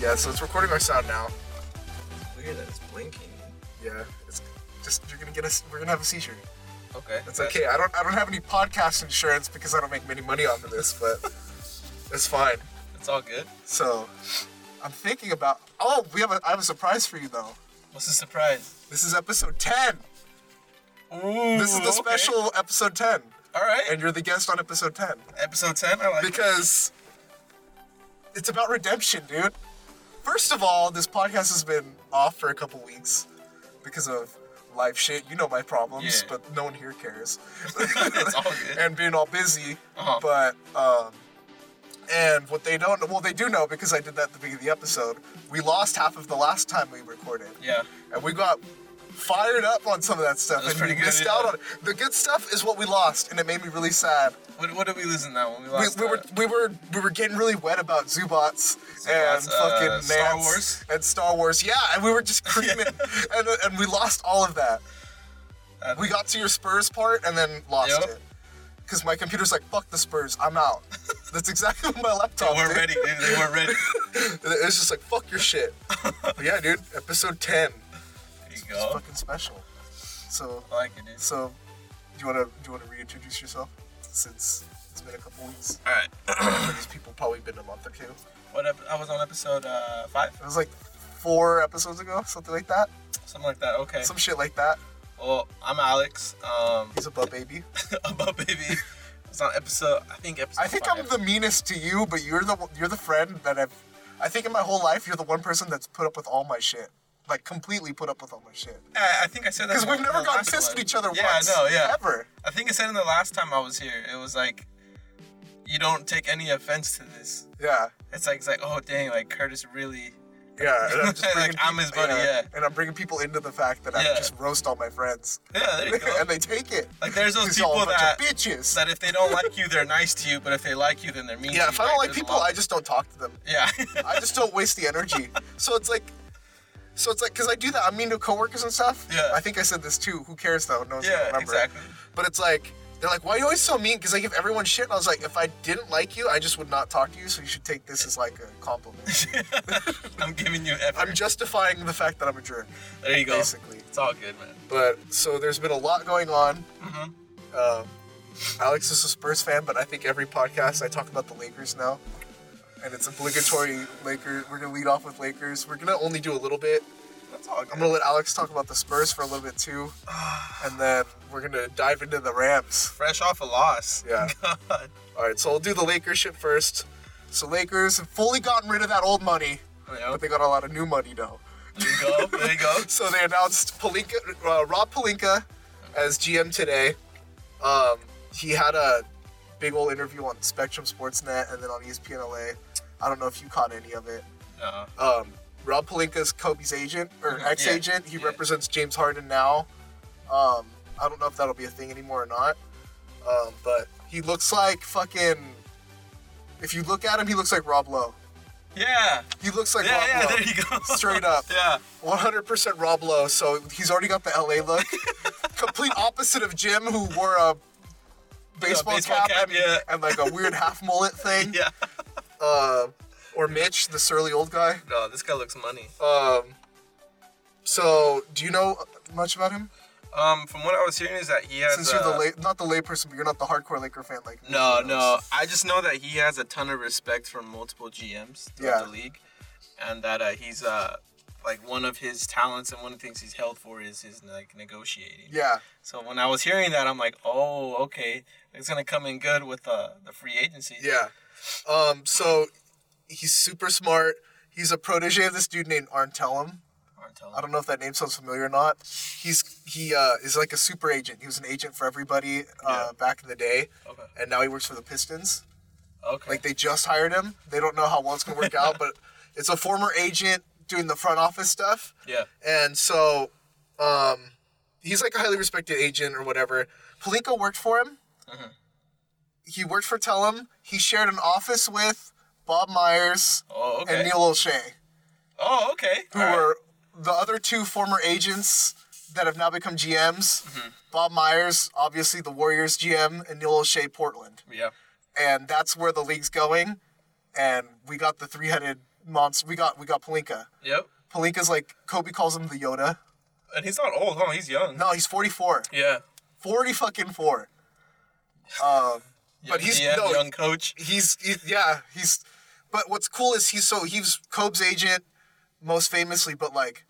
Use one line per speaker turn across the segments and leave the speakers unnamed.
Yeah, so it's recording our sound now.
Weird that it's blinking.
Yeah, it's just you're gonna get us. We're gonna have a seizure.
Okay.
It's okay. I don't. I don't have any podcast insurance because I don't make many money off of this, but it's fine.
It's all good.
So I'm thinking about. Oh, we have. A, I have a surprise for you though.
What's the surprise?
This is episode ten.
Ooh.
This is the
okay.
special episode ten,
All right.
and you're the guest on episode ten
Episode 10. I like
because it's about redemption, dude. First of all, this podcast has been off for a couple weeks because of life shit. You know my problems,
Yeah.
but no one here cares.
It's all good.
and being all busy,
Uh-huh.
but um, and what they don't know, well, they do know because I did that at the beginning of the episode. We lost half of the last time we recorded,
Yeah.
and we got fired up on some of that stuff,
That was
and we
pretty good,
missed
yeah.
out on it. The good stuff is what we lost, and it made me really sad
What, what did we lose in that one? We
we,
lost.
we were
uh,
we were we were getting really wet about Zubats and
Zubats, uh,
fucking
Star
Nance
Wars.
and Star Wars. Yeah, and we were just creaming, and and we lost all of that.
I-
We got to your Spurs part and then lost
Yep.
it because my computer's like, "Fuck the Spurs, I'm out." That's exactly what my
They
laptop.
weren't
did.
ready, dude. They weren't ready.
It's just like, "Fuck your shit." But yeah, dude. Episode ten.
There you
It's
go.
fucking special. So
I like it, dude.
so, do you wanna do you wanna reintroduce yourself since it's been a couple weeks?
All right.
These people probably been a month or two.
What ep- I was on episode uh, 5.
It was like four episodes ago, something like that.
Something like that. Okay.
Some shit like that.
well, I'm Alex. Um,
He's a butt baby.
about baby. It's on episode. I think episode.
I think
five.
I'm the meanest to you, but you're the you're the friend that I've. I think in my whole life you're the one person that's put up with all my shit, like completely put up with all my shit.
I, I think I said that
Because
in the-
we've never
the
gotten
last
pissed
one.
at each other
Yeah,
once.
I know. Yeah.
Ever.
I think I said in the last time I was here, it was like, you don't take any offense to this.
Yeah.
It's like, it's like, oh dang, like Curtis really.
Yeah. And I'm just
Like,
bringing
I'm his buddy, yeah.
And I'm bringing people into the fact that I
Yeah.
just roast all my friends,
Yeah, there you go.
and they take it.
like there's those
Because y'all
people
a bunch
that
of bitches.
that if they don't like you, they're nice to you, but if they like you, then they're mean. to
yeah.
you,
If I don't
right?
like
There's a
people,
lot-
I just don't talk to them.
yeah,
I just don't waste the energy. So it's like, so it's like, because I do that. I'm mean to coworkers and stuff.
Yeah.
I think I said this too. Who cares though? No one's gonna
yeah,
remember.
exactly.
But it's like, they're like, why are you always so mean? Because I give everyone shit. And I was like, if I didn't like you, I just would not talk to you. So you should take this as like a compliment.
I'm giving you effort.
I'm justifying the fact that I'm a jerk,
there you go.
basically.
It's all good, man.
But so there's been a lot going on.
Mhm.
Um, Alex is a Spurs fan, but I think every podcast I talk about the Lakers now, and it's obligatory. Lakers. We're gonna lead off with Lakers. We're gonna only do a little bit.
That's all good.
I'm gonna let Alex talk about the Spurs for a little bit too, and then we're gonna dive into the Rams.
Fresh off a loss.
Yeah.
God.
All right. So I'll do the Lakers shit first. So Lakers have fully gotten rid of that old money,
You know,
but they got a lot of new money though.
there you go. There you go.
So they announced Palinka, uh, Rob Palinka as GM today. Um, he had a big old interview on Spectrum Sportsnet and then on E ESPN LA. I don't know if you caught any of it.
Uh,
Um, Rob Palinka's Kobe's agent or
Mhm, yeah,
ex-agent. he
yeah.
represents James Harden now. Um, I don't know if that'll be a thing anymore or not. Um, but he looks like fucking. If you look at him, he looks like Rob Lowe.
yeah.
He looks like
yeah,
Rob
yeah.
Lowe.
There you go.
Straight up.
yeah.
100% Rob Lowe, so he's already got the LA look. Complete opposite of Jim, who wore a baseball,
baseball
cap,
cap,
and,
yeah.
and like a weird half mullet thing.
Yeah.
Uh, or Mitch, the surly old guy.
No, this guy looks money.
Um, so, do you know much about him?
Um, from what I was hearing is that he has.
Since
uh,
you're the late, not the layperson, but you're not the hardcore Laker fan like me.
No,
who
no.
knows?
I just know that he has a ton of respect for multiple GMs throughout
Yeah.
the league, and that uh, he's uh, like one of his talents and one of the things he's held for is his like negotiating.
Yeah,
So when I was hearing that, I'm like, oh, okay, it's gonna come in good with uh, the free agency.
yeah. Um, so he's super smart. He's a protege of this dude named Arn Tellum.
Aren't telling.
I don't know if that name sounds familiar or not. He's he uh, is like a super agent. He was an agent for everybody uh,
Yeah.
back in the day,
Okay.
and now he works for the Pistons.
Okay.
Like they just hired him. They don't know how well it's gonna work out, but it's a former agent doing the front office stuff,
yeah.
and so um, he's like a highly respected agent or whatever. Palinko worked for him.
Mhm.
He worked for Telum. He shared an office with Bob Myers
Oh, okay.
and Neil O'Shea
oh, okay.
who
All right.
were the other two former agents that have now become GMs.
Mm-hmm.
Bob Myers, obviously the Warriors GM, and Neil O'Shea Portland.
Yeah.
And that's where the league's going. And we got the three headed monster. We got we got Palinka.
Yep.
Palinka's like Kobe calls him the Yoda.
And he's not old, huh? He's young.
No, he's 44.
Yeah.
40 fucking four. Um, But
Yeah,
he's-
yeah,
no.
young coach.
he's he, yeah he's. But what's cool is he's so he's Kobe's agent, most famously. But like,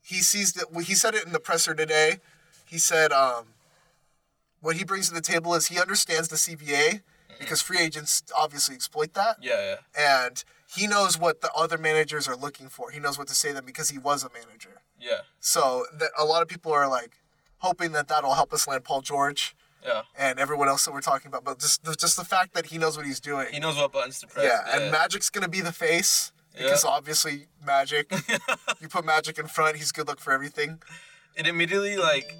he sees that well, he said it in the presser today. He said um, what he brings to the table is he understands the CBA because free agents obviously exploit that.
Yeah, yeah.
and he knows what the other managers are looking for. He knows what to say to them because he was a manager.
Yeah.
So that a lot of people are like hoping that that'll help us land Paul George
Yeah.
and everyone else that we're talking about. But just the, just the fact that he knows what he's doing.
He knows what buttons to press.
yeah, and Magic's gonna be the face because obviously Magic. you put Magic in front, he's good luck for everything.
it immediately like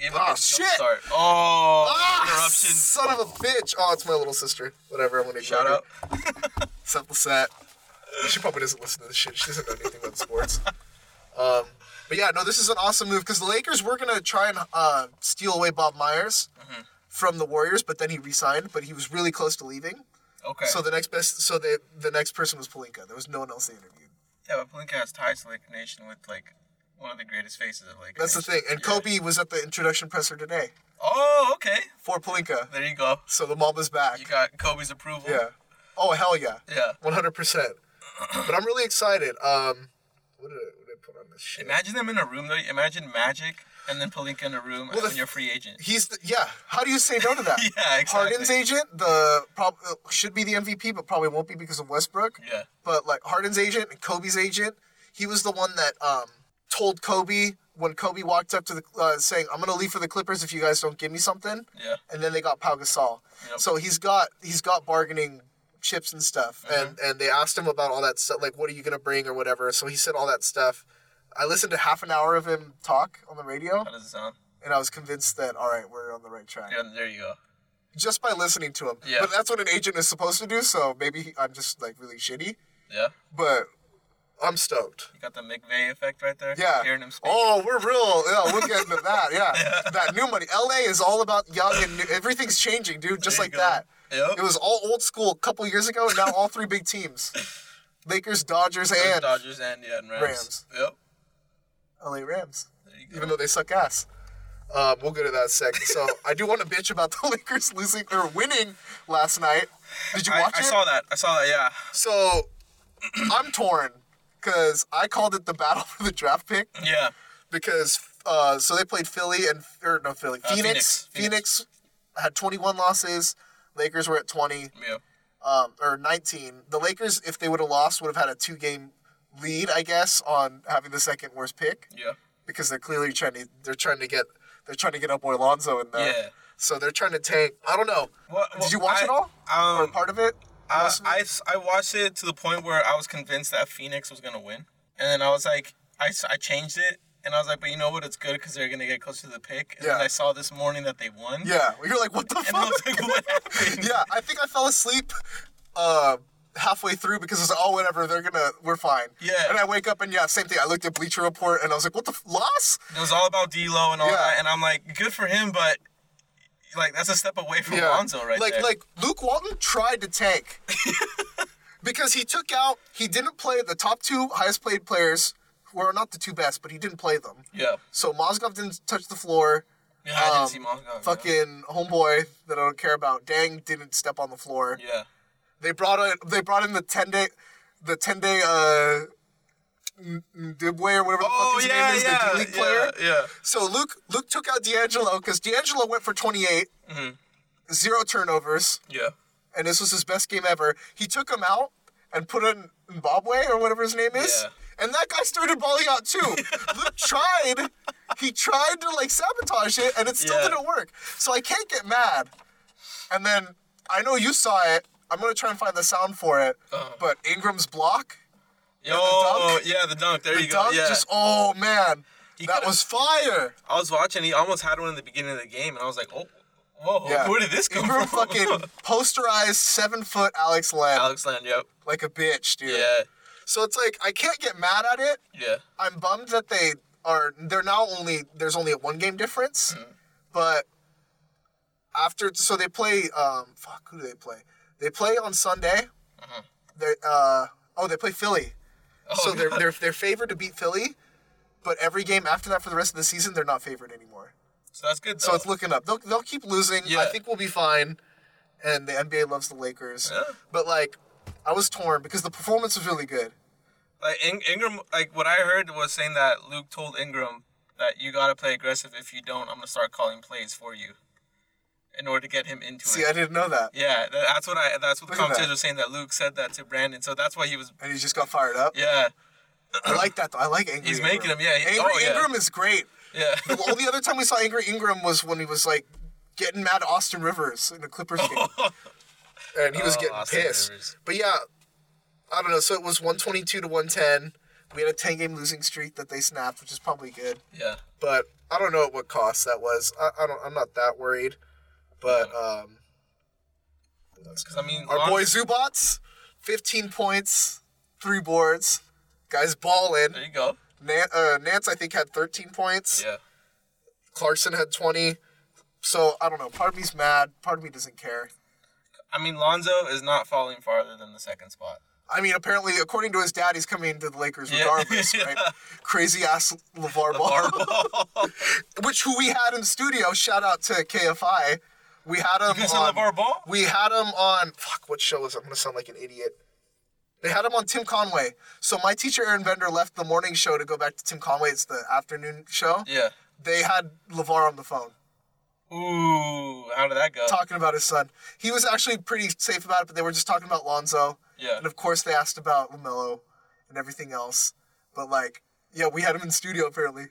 gave like,
Ah,
a jump
shit!
start. Oh,
Ah,
interruption.
son of a bitch! Oh, it's my little sister. Whatever, I'm gonna ignore
Shout
her.
out.
Simple set. She probably doesn't listen to this shit. She doesn't know anything about sports. Um, but yeah, no, this is an awesome move because the Lakers were gonna try and uh, steal away Bob Myers from the Warriors, but then he resigned. But he was really close to leaving.
Okay.
So the next best, so the the next person was Palinka. There was no one else they interviewed.
yeah, but Palinka has ties to Laker Nation with like one of the greatest faces of Laker
That's the
Nation.
thing. And
Yeah.
Kobe was at the introduction presser today
Oh, okay.
for Palinka.
There you go.
So the mom is back.
You got Kobe's approval.
Yeah. Oh hell yeah.
Yeah.
One hundred percent. But I'm really excited. Um, what did I, what did I put on this shit?
Imagine them in a room though. Imagine Magic and then Palinka in a room
Well,
and
the-
then you're a free agent.
He's the, yeah. How do you say no to that?
yeah, exactly.
Harden's agent, the prob- uh, should be the MVP, but probably won't be because of Westbrook.
Yeah.
But like Harden's agent and Kobe's agent, he was the one that um, told Kobe when Kobe walked up to the uh, saying, "I'm gonna leave for the Clippers if you guys don't give me something,"
Yeah.
and then they got Pau Gasol.
Yep.
So he's got he's got bargaining chips and stuff,
Mm-hmm.
and and they asked him about all that stuff, like what are you gonna bring or whatever. So he said all that stuff. I listened to half an hour of him talk on the radio,
How does it sound?
and I was convinced that all right, we're on the right track
Yeah, there you go.
just by listening to him.
Yeah.
But that's what an agent is supposed to do. So maybe he, I'm just like really shitty,
Yeah.
but I'm stoked.
You got the McVay effect right there.
Yeah.
Hearing him speak.
Oh, we're real. Yeah, we'll get into that. Yeah. That new money. LA is all about young and new. Everything's changing, dude, just
There
like
you go.
that.
Yep.
It was all old school a couple years ago, and now all three big teams Lakers, Dodgers, and
Dodgers and yeah, and Rams.
Rams.
Yep.
LA Rams,
There you
even
go.
though they suck ass. Um, we'll go to that in a sec. So I do want to bitch about the Lakers losing or winning last night. Did you
I,
watch
I
it?
saw that. I saw that. Yeah.
So I'm torn because I called it the battle for the draft pick
Yeah.
because uh, so they played Philly and or no Philly
Uh,
Phoenix.
Phoenix.
Phoenix had 21 losses. Lakers were at 20
Yeah.
um, or 19. The Lakers, if they would have lost, would have had a two game lead, I guess, on having the second worst pick
Yeah.
because they're clearly trying to they're trying to get they're trying to get up boy Lonzo in there.
Yeah.
So they're trying to tank. I don't know.
What,
Did you watch it all or
Um,
part of it?
I,
Most of it?
I, I watched it to the point where I was convinced that Phoenix was gonna win, and then I was like, I, s- I changed it, and I was like, but you know what? It's good because they're gonna get close to the pick. And then
Yeah.
I saw this morning that they won.
Yeah, you're like, what the
And I was
fuck?
like, what happened?
yeah, I think I fell asleep uh, halfway through because I was like, oh, whatever, they're gonna, we're fine.
Yeah.
And I wake up and yeah, same thing. I looked at Bleacher Report and I was like, what the f- loss?
It was all about D'Lo and all
Yeah.
that, and I'm like, good for him, but like that's a step away from Lonzo right
like,
there.
like Luke Walton tried to tank because he took out, he didn't play the top two highest played players, who are not the two best, but he didn't play them.
yeah,
So Mozgov didn't touch the floor.
yeah, I
um,
didn't see Mozgov. yeah.
Fucking homeboy that I don't care about, Dang didn't step on the floor.
Yeah.
They brought in they brought in the ten day, the ten day uh, N- Ndibwe or whatever the
Oh
fuck his
yeah,
name is,
yeah,
the D League
yeah,
player.
yeah.
So Luke Luke took out D'Angelo because D'Angelo went for 28,
Mm-hmm.
zero turnovers,
Yeah.
and this was his best game ever. He took him out and put in Mbabwe or whatever his name is.
Yeah.
And that guy started balling out too. Luke tried, he tried to like sabotage it, and it still
Yeah.
didn't work. So I can't get mad. And then I know you saw it. I'm gonna try and find the sound for it.
Uh-huh.
But Ingram's block,
Yo,
dunk?
yeah, the dunk. There you
the
go.
dunk,
yeah.
just oh man, that
could've-
was fire.
I was watching. He almost had one in the beginning of the game, and I was like, "Oh, whoa!
Yeah.
Where did this come
Ingram
from?"
fucking posterized seven foot Alex Len
Alex Land. Yep.
like a bitch, dude.
Yeah.
So it's like I can't get mad at it.
Yeah.
I'm bummed that they are they're now only there's only a one game difference,
Mm-hmm.
but after so they play um fuck who do they play? They play on Sunday. They uh oh they play Philly.
Mm-hmm. Oh,
so they're,
God.
they're they're favored to beat Philly, but every game after that for the rest of the season they're not favored anymore.
so that's good.
So
though.
it's looking up. They'll they'll keep losing. I
Oh. Yeah.
think we'll be fine. And the NBA loves the Lakers.
Yeah.
But like, I was torn because the performance was really good.
Like In- Ingram, like what I heard was saying that Luke told Ingram that you gotta play aggressive. If you don't, I'm gonna start calling plays for you, in order to get him into
See,
it.
I didn't know that,
yeah, that, that's what I. That's what
Look
the
at that.
commentators were saying that Luke said that to Brandon. So that's why he was.
and he just got fired up.
Yeah,
I like that though. I like angry.
He's
Ingram.
making him, yeah, he-
angry
oh, yeah.
Ingram is great.
yeah.
The only other time we saw angry Ingram was when he was like getting mad at Austin Rivers in the Clippers game, and he was
Oh,
getting
Austin
pissed.
Rivers.
But yeah, I don't know. So it was one twenty two to one ten. We had a ten game losing streak that they snapped, which is probably good.
yeah.
but I don't know at what cost that was. I, I don't. I'm not that worried. But um,
Because I mean,
our
Lon-
boy Zubats, 15 points, three boards. Guys balling.
There you go.
Nan- uh, Nance, I think, had 13 points.
Yeah.
Clarkson had 20. So I don't know. Part of me's mad. Part of me doesn't care.
I mean, Lonzo is not falling farther than the second spot.
I mean, apparently, according to his dad, he's coming to the Lakers
Yeah.
regardless, right? Crazy ass LeVar Ball,
Ball.
which who we had in the studio. Shout out to KFI. We had him.
Because
on-
of LeVar Ball?
We had him on fuck. What show was? it? I'm gonna sound like an idiot. They had him on Tim Conway. So my teacher Aaron Bender left the morning show to go back to Tim Conway. It's the afternoon show.
Yeah.
They had Levar on the phone
Ooh, how did that go?
talking about his son. He was actually pretty safe about it, but they were just talking about Lonzo,
yeah.
and of course they asked about Lamelo and everything else. But like, yeah, we had him in studio apparently.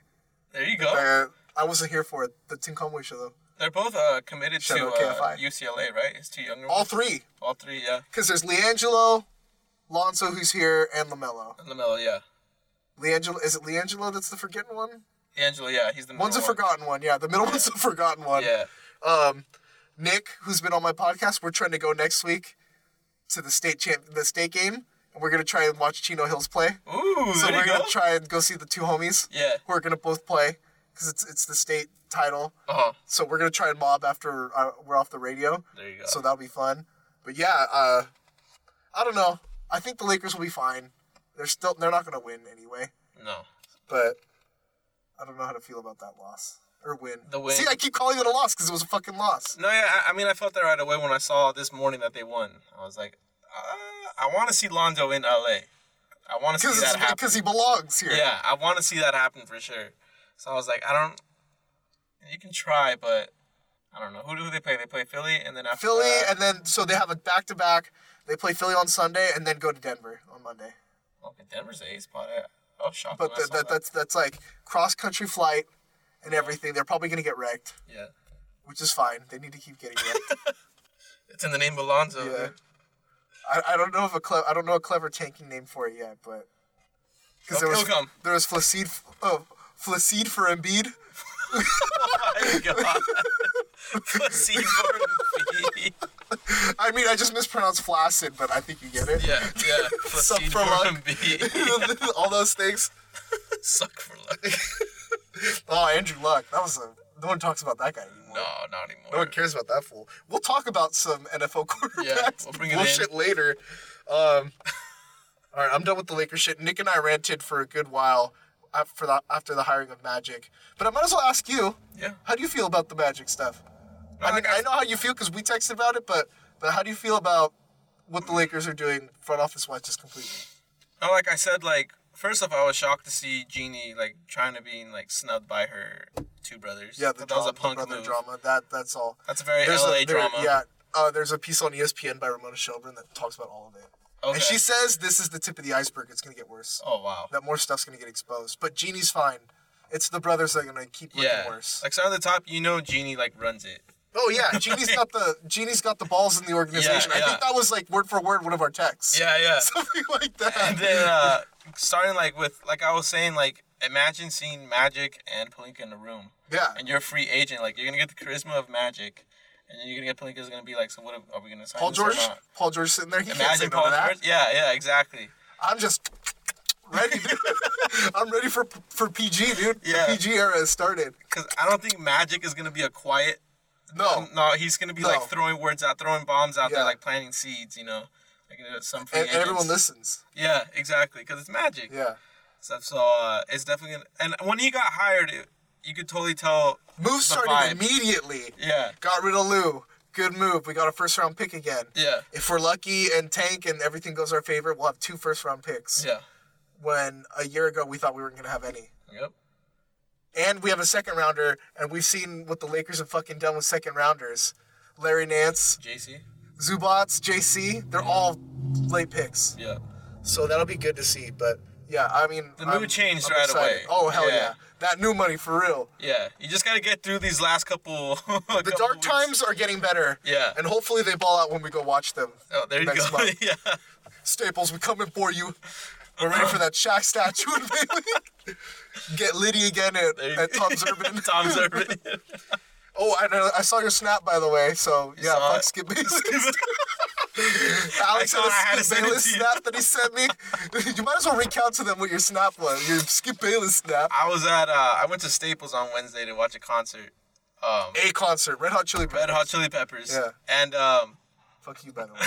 There you go.
Uh, I wasn't here for it. The Tim Conway show though.
They're both uh, committed
Shout
to
out
uh,
KFI.
UCLA, right? His two younger
All
ones.
three,
All three, yeah.
because there's Leangelo, Lonzo who's here, and Lamelo.
And Lamelo, yeah.
Leangelo is it Leangelo that's the forgetting one?
D'Angelo, yeah, he's the middle
One's a
one.
forgotten one, yeah. The middle one's a forgotten one.
Yeah.
Um, Nick, who's been on my podcast, we're trying to go next week to the state champ, the state game, and we're gonna try and watch Chino Hills play.
Ooh,
So
there
we're
you go.
gonna try and go see the two homies
yeah.
who are gonna both play because it's it's the state title.
Oh,
So we're gonna try and mob after uh, we're off the radio.
there you go.
So that'll be fun. But yeah, uh, I don't know. I think the Lakers will be fine. They're still they're not gonna win anyway.
no.
but I don't know how to feel about that loss or win.
The win.
See, I keep calling it a loss because it was a fucking loss.
No, yeah, I, I mean, I felt that right away when I saw this morning that they won. I was like, uh, I want to see Lonzo in LA. I want to see
Because
that happen.
because he belongs here.
Yeah, I want to see that happen for sure. So I was like, I don't. You can try, but I don't know who do they play. They play Philly, and then after
Philly,
that,
and then so they have a back to back. They play Philly on Sunday and then go to Denver on Monday.
oh, okay, Denver's the A spot. I, I was shocked.
But
when I
that,
saw
that, that's that's like cross country flight and everything. They're probably gonna get wrecked,
yeah,
which is fine. They need to keep getting wrecked.
it's in the name of Lonzo.
yeah.
dude.
I, I don't know if a cle- I don't know a clever tanking name for it yet, but because there
It'll
was
come.
there was Flacid oh, Flacid for Embiid.
Oh My God. Pussy for me.
I mean, I just mispronounced flaccid, but I think you get it.
Yeah, yeah.
Suck
Pussy
for luck.
for me.
All those things.
Suck for luck.
Oh, Andrew Luck. That was a. No one talks about that guy anymore.
No, not
No
anymore.
one cares about that fool. We'll talk about some NFL quarterbacks
Yeah, we'll bring it
bullshit later. Um, all right, I'm done with the Lakers shit. Nick and I ranted for a good while after the, after the hiring of Magic, but I might as well ask you.
Yeah.
How do you feel about the Magic stuff? I mean,
like I-
I know how you feel because we texted about it, but but how do you feel about what the Lakers are doing front office wise just completely?
No, like I said, like first off, I was shocked to see Jeannie like trying to be like snubbed by her two brothers.
Yeah, the
that was
drama,
a punk
the brother
move.
drama. That that's all.
That's a very
There's
LA
a, there-
drama.
Yeah, uh, there's a piece on ESPN by Ramona Shelburne that talks about all of it,
Okay.
and she says this is the tip of the iceberg. It's gonna get worse.
oh wow.
That more stuff's gonna get exposed. But Jeannie's fine. It's the brothers that are gonna keep looking
Yeah.
worse.
Like some of the top, you know, Jeannie like runs it.
oh yeah, Jeannie's got the Jeannie's got the balls in the organization. I
yeah.
think that was like word for word one of our texts.
Yeah, yeah.
something like that.
and then uh, starting like with like I was saying, like imagine seeing Magic and Palinka in the room,
yeah,
and you're a free agent. Like you're gonna get the charisma of Magic, and then you're gonna get Palinka's gonna be like, so what are, are we gonna sign
Paul
this or
George,
not?
Paul George sitting there. He can't say
uh, Imagine
no
Paul
to that.
George. Yeah, yeah, exactly.
I'm just ready. dude. I'm ready for for PG, dude.
Yeah.
The PG era has started.
Because I don't think Magic is gonna be a quiet
No,
No, he's gonna be
No.
like throwing words out, throwing bombs out
Yeah.
there, like planting seeds. You know, They can do it some free
And
agents.
everyone listens.
Yeah, exactly, because it's magic.
Yeah.
So, so uh, it's definitely gonna, and when he got hired, it, you could totally tell.
Move started
vibe.
immediately.
Yeah,
Got rid of Lou. Good move. We got a first round pick again.
yeah,
If we're lucky and tank and everything goes our favor, we'll have two first round picks.
yeah.
When a year ago we thought we weren't gonna have any.
Yep.
And we have a second rounder, and we've seen what the Lakers have fucking done with second rounders. Larry Nance,
JC.
Zubats, JC, they're all late picks.
Yeah.
So that'll be good to see. But yeah, I mean,
The mood
I'm-
changed
I'm
right
excited.
away.
Oh hell yeah.
Yeah.
that new money for real.
Yeah. You just gotta get through these last couple.
The dark times are getting better.
Yeah.
and hopefully they ball out when we go watch them.
Oh, there you
next
go.
month.
yeah.
Staples, we coming for you. We're ready for that Shaq statue in Bailey. Get Liddy again at,
There you
at
go.
Tom's Urban.
Tom's Urban.
Oh, I, know- I saw your snap by the way. So yeah,
saw
fuck
it?
Skip Bayless. Alex
I thought I
had a
had to
Skip
send it
Bayless
to you.
snap that he sent me. you might as well recount to them what your snap was. Your Skip Bayless snap.
I was at. Uh, I went to Staples on Wednesday to watch a concert. Um,
A concert, Red Hot Chili Peppers.
Red Hot Chili Peppers.
Yeah.
And um,
Fuck you, by the way.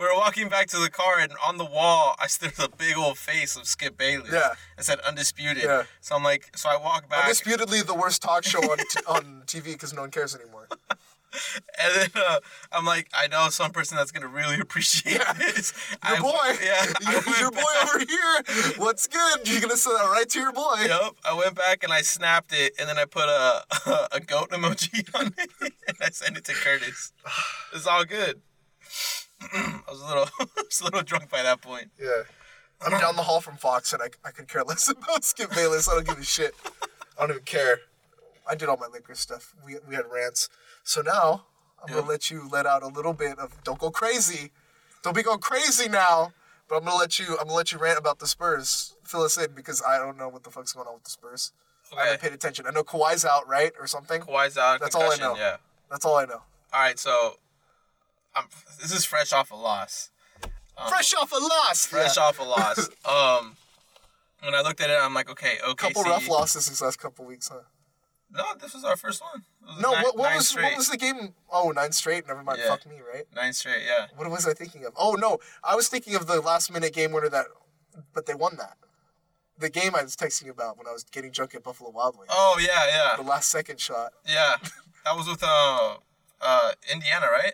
we were walking back to the car, and on the wall, I there's a big old face of Skip Bayless.
Yeah.
It said undisputed.
Yeah.
So I'm like, so I walk back,
Undisputedly the worst talk show on, t- on TV because no one cares anymore.
and then uh, I'm like, I know some person that's gonna really appreciate this.
Your
I
boy,
went- Yeah. I
your,
went
your boy
back-
over here. What's good? You're gonna send that right to your boy.
Yep, I went back and I snapped it, and then I put a a goat emoji on it, and I sent it to Curtis. It's all good. I was a little, I was a little drunk by that point.
Yeah. I'm down the hall from Fox and I, I could care less about Skip Bayless. I don't give a shit. I don't even care. I did all my Lakers stuff. We, we had rants. So now I'm going
Yeah.
to let you let out a little bit of don't go crazy. Don't be going crazy now. But I'm going to let you I'm going to let you rant about the Spurs. Fill us in because I don't know what the fuck's going on with the Spurs. I haven't
Okay.
paid attention. I know Kawhi's out, right? Or something.
Kawhi's out.
That's all I
concussion,
know.
Yeah.
That's all I know.
All right, so I'm, this is fresh off a loss.
Fresh off a loss.
Oh. Fresh
yeah.
off a loss. um, when I looked at it, I'm like, okay, okay.
Couple rough losses these last couple weeks, huh?
No, this was our first one. It was
No,
nine-
what, what
nine
was
straight.
what was the game? Oh, nine straight. Never mind.
Yeah.
Fuck me, right?
nine straight? Yeah.
What was I thinking of? Oh no, I was thinking of the last minute game winner that, but they won that. The game I was texting you about when I was getting drunk at Buffalo Wild Wings.
Oh yeah,
The
yeah,
last second shot.
yeah. That was with uh, uh, Indiana, right?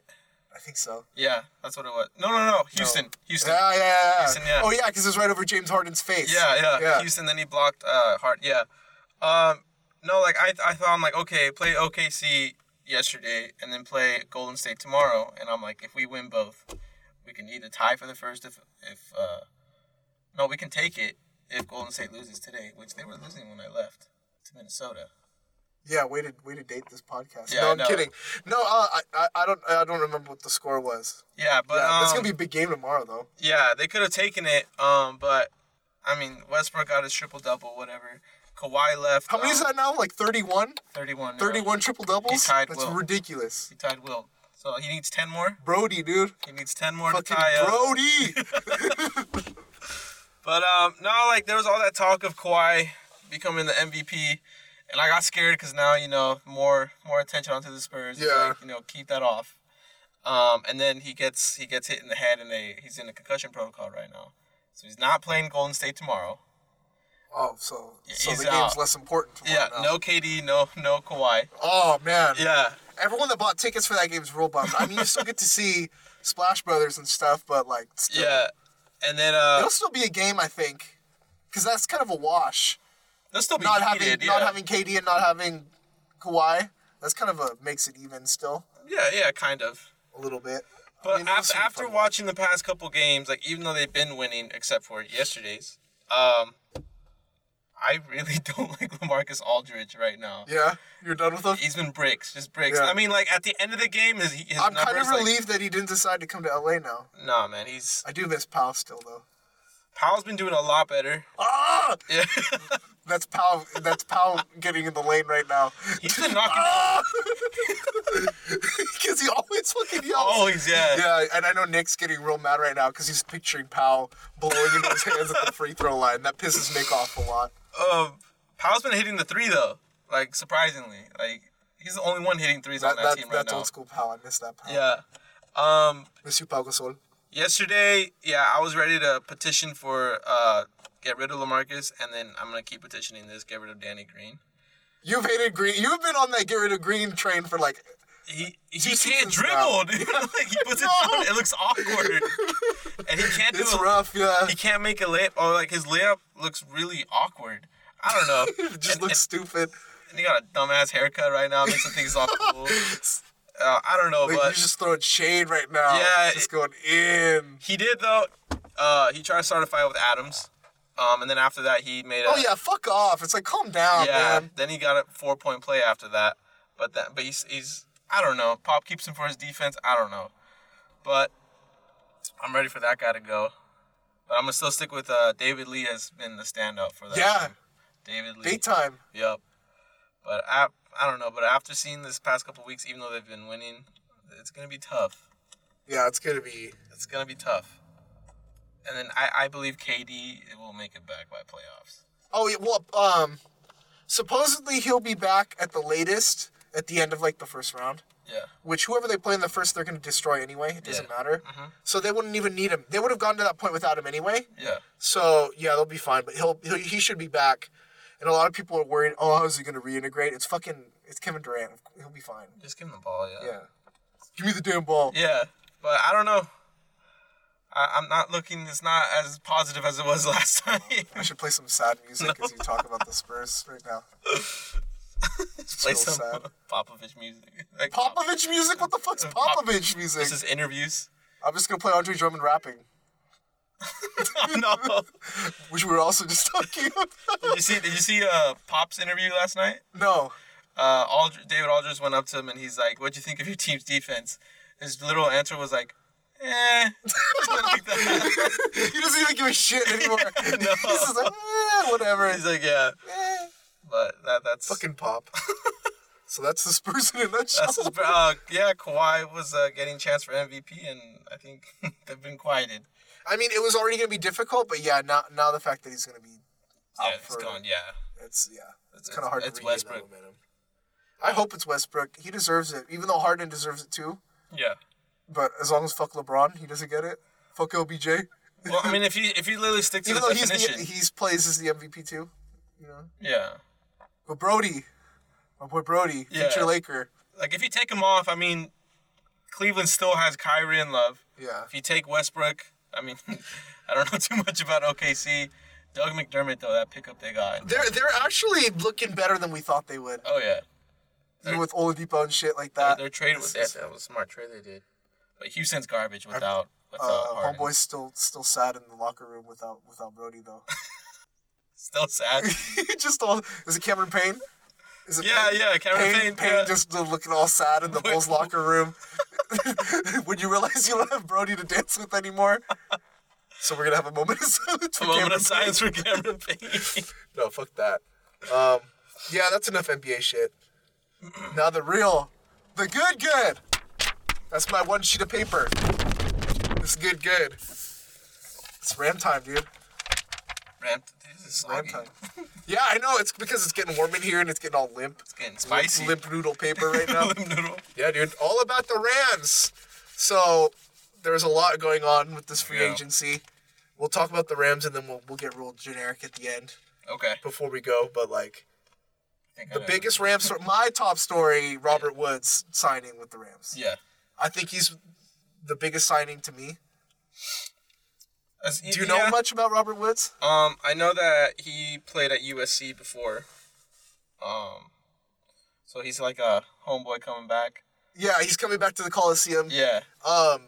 I think so.
Yeah, that's what it was. No, no, no, Houston, Houston.
Yeah, yeah, yeah. yeah.
Houston, yeah.
Oh yeah, because it was right over James Harden's face.
Yeah, yeah,
Yeah.
Houston. Then he blocked uh Hart. Yeah. Um, no, like I, I thought I'm like okay, play OKC yesterday and then play Golden State tomorrow, and I'm like if we win both, we can either tie for the first if if uh, no, we can take it if Golden State loses today, which they were losing when I left to Minnesota.
Yeah, way to way to date this podcast.
Yeah,
no,
I
I'm
know.
kidding. No, uh, I I- I don't I don't remember what the score was.
Yeah, but
yeah, it's
um,
gonna be a big game tomorrow though.
Yeah, they could have taken it, um, but I mean Westbrook got his triple double, whatever. Kawhi left.
How many
um,
is that now? Like 31?
Thirty-one. now.
31 triple doubles?
He tied
That's
Will.
ridiculous.
He tied Will, so he needs ten more.
Brody, dude.
He needs ten more
Fucking
to tie up.
Brody.
But um, no, like there was all that talk of Kawhi becoming the MVP, and I got scared because now you know more more attention onto the Spurs. It's
Yeah.
like, you know, keep that off. Um, and then he gets he gets hit in the head, and they, he's in a concussion protocol right now, so he's not playing Golden State tomorrow.
Oh, so so
he's
the game's
out.
less important. Tomorrow
Yeah,
now.
no KD, no no Kawhi.
Oh man,
Yeah,
everyone that bought tickets for that game's real bummed. I mean, you still get to see Splash Brothers and stuff, but like, still.
yeah, and then uh,
it'll still be a game, I think, because that's kind of a wash.
they'll still be
Not having
heated.
not
yeah.
having KD and not having Kawhi, that's kind of a makes it even still
yeah, yeah, kind of.
a little bit. I
But
mean, it'll
after,
still be
after
fun.
watching the past couple games, like even though they've been winning except for yesterday's, um, I really don't like Lamarcus Aldridge right now.
yeah, you're done with them.
He's been bricks, just bricks.
Yeah.
I mean, like at the end of the game, his his
I'm kind of
numbers like
relieved that he didn't decide to come to LA now.
nah, man. He's
I do miss Powell still though.
Powell's been doing a lot better.
Ah,
Yeah,
that's Powell. That's Powell getting in the lane right now.
he's been knocking.
Because he always fucking yells.
Oh, he's yeah.
Yeah, and I know Nick's getting real mad right now because he's picturing Powell blowing into his hands at the free throw line. That pisses Nick off a lot.
Um, Powell's been hitting the three though, like surprisingly. Like he's the only one hitting threes
That,
on that,
that,
team right
that's
now.
old school Powell. I miss that Powell.
Yeah. Um,
Miss you, Pau Gasol.
Yesterday, yeah, I was ready to petition for uh, get rid of Lamarcus, and then I'm gonna keep petitioning this, get rid of Danny Green.
You've hated Green. You've been on that get rid of Green train for like.
He he can't dribble. dude. like he puts it down, it looks awkward, and he can't do
It's
a,
rough, yeah.
he can't make a layup. Or like his layup looks really awkward. I don't know.
It just
And-
looks stupid.
and he got a dumbass haircut right now, making things all cool. Uh, I don't know,
Like,
but
you're just throwing shade right now.
Yeah,
Just going in.
he did though. Uh, he tried to start a fight with Adams, um, and then after that he made a
Oh, yeah, fuck off. It's like, calm down,
yeah.
Oh, man.
Then he got a four point play after that, but that but he's, he's I don't know. Pop keeps him for his defense. I don't know, but I'm ready for that guy to go. But I'm gonna still stick with uh, David Lee has been the standout for that.
Yeah.
team. David Lee.
Big time.
Yep. But I, I don't know. But after seeing this past couple weeks, even though they've been winning, it's gonna be tough.
Yeah, it's going to be.
It's gonna be tough. And then I, I believe KD will make it back by playoffs.
Oh, yeah, well, um, supposedly he'll be back at the latest at the end of like the first round,
Yeah.
which whoever they play in the first, they're going to destroy anyway. It doesn't
Yeah. Mm-hmm.
matter. So they wouldn't even need him. They would have gone to that point without him anyway.
Yeah.
So yeah, they'll be fine. But he'll, he'll he should be back. And a lot of people are worried. Oh, how's he going to reintegrate? It's fucking. It's Kevin Durant. He'll be fine.
Just give him the ball. Yeah.
Yeah. Give me the damn ball.
Yeah, but I don't know. I, I'm not looking. It's not as positive as it was last time.
I should play some sad music as you talk about the Spurs right now.
Just play
so
some
sad.
Popovich music. Like,
Popovich music? What the fuck's
Pop-
Popovich music?
This is interviews.
I'm just gonna play Andre Drummond rapping,
oh, no.
which we were also just talking about.
Did you see? Did you see uh, Pop's interview last night?
No.
uh, Aldridge, David Aldridge went up to him and he's like, "What'd you think of your team's defense?" His literal answer was like, "Eh." Like that.
He doesn't even give a shit anymore. He's
no.
just like, eh, whatever.
he's like, "Yeah,"
Eh.
but that, that's
Fucking pop. so that's the Spurs in a nutshell.
that's his, uh, yeah. Kawhi was uh, getting chance for MVP, and I think they've been quieted.
I mean, it was already gonna be difficult, but yeah, now now the fact that he's gonna be
Yeah,
out
it's
for
gone. Yeah,
it's yeah, it's kind of hard
it's
to regain that
Westbrook.
momentum. I hope it's Westbrook. He deserves it, even though Harden deserves it too.
yeah.
But as long as fuck LeBron, he doesn't get it. Fuck LBJ.
Well, I mean, if you if you literally stick to
Even
the
though he's the,
definition,
he's plays as the MVP too, you know.
yeah.
But Brody, my boy Brody,
Yeah.
future Laker.
Like if you take him off, I mean, Cleveland still has Kyrie and Love.
Yeah.
If you take Westbrook, I mean, I don't know too much about OKC. Doug McDermott though, that pickup they got.
They're they're actually looking better than we thought they would.
Oh yeah,
Even with Oladipo and shit like
their,
that.
their trade was that.
This
Uh, That was a smart trade they did. But Houston's garbage without without
Uh,
Harden.
homeboy's still still sad in the locker room without without Brody though.
Still sad.
just all is it Cameron Payne? Is it
yeah,
Payne?
yeah. Cameron
Payne,
Payne.
Payne
yeah.
just looking all sad in the Bulls locker room. when you realize you don't have Brody to dance with anymore. So we're gonna have a moment of silence for
a moment
Cameron
of silence
Payne.
for Cameron Payne.
No, fuck that. Um, yeah, that's enough NBA shit. now the real, the good good. That's my one sheet of paper. It's good good. It's ram time, dude.
Ram, this is
Ram
soggy.
time. Yeah, I know. It's because it's getting warm in here and it's getting all limp.
It's getting spicy.
Limp noodle paper right now.
Limp noodle.
Yeah, dude, all about the Rams. So there's a lot going on with this free
Yeah.
agency. We'll talk about the Rams and then we'll, we'll get real generic at the end
Okay.
before we go. But like
I think I
the
know.
biggest Rams, sto- my top story, Robert Woods signing with the Rams.
Yeah.
I think he's the biggest signing to me.
As-
Do you know
yeah.
much about Robert Woods?
Um, I know that he played at USC before. Um, so he's like a homeboy coming back.
Yeah, he's coming back to the Coliseum.
Yeah.
Um,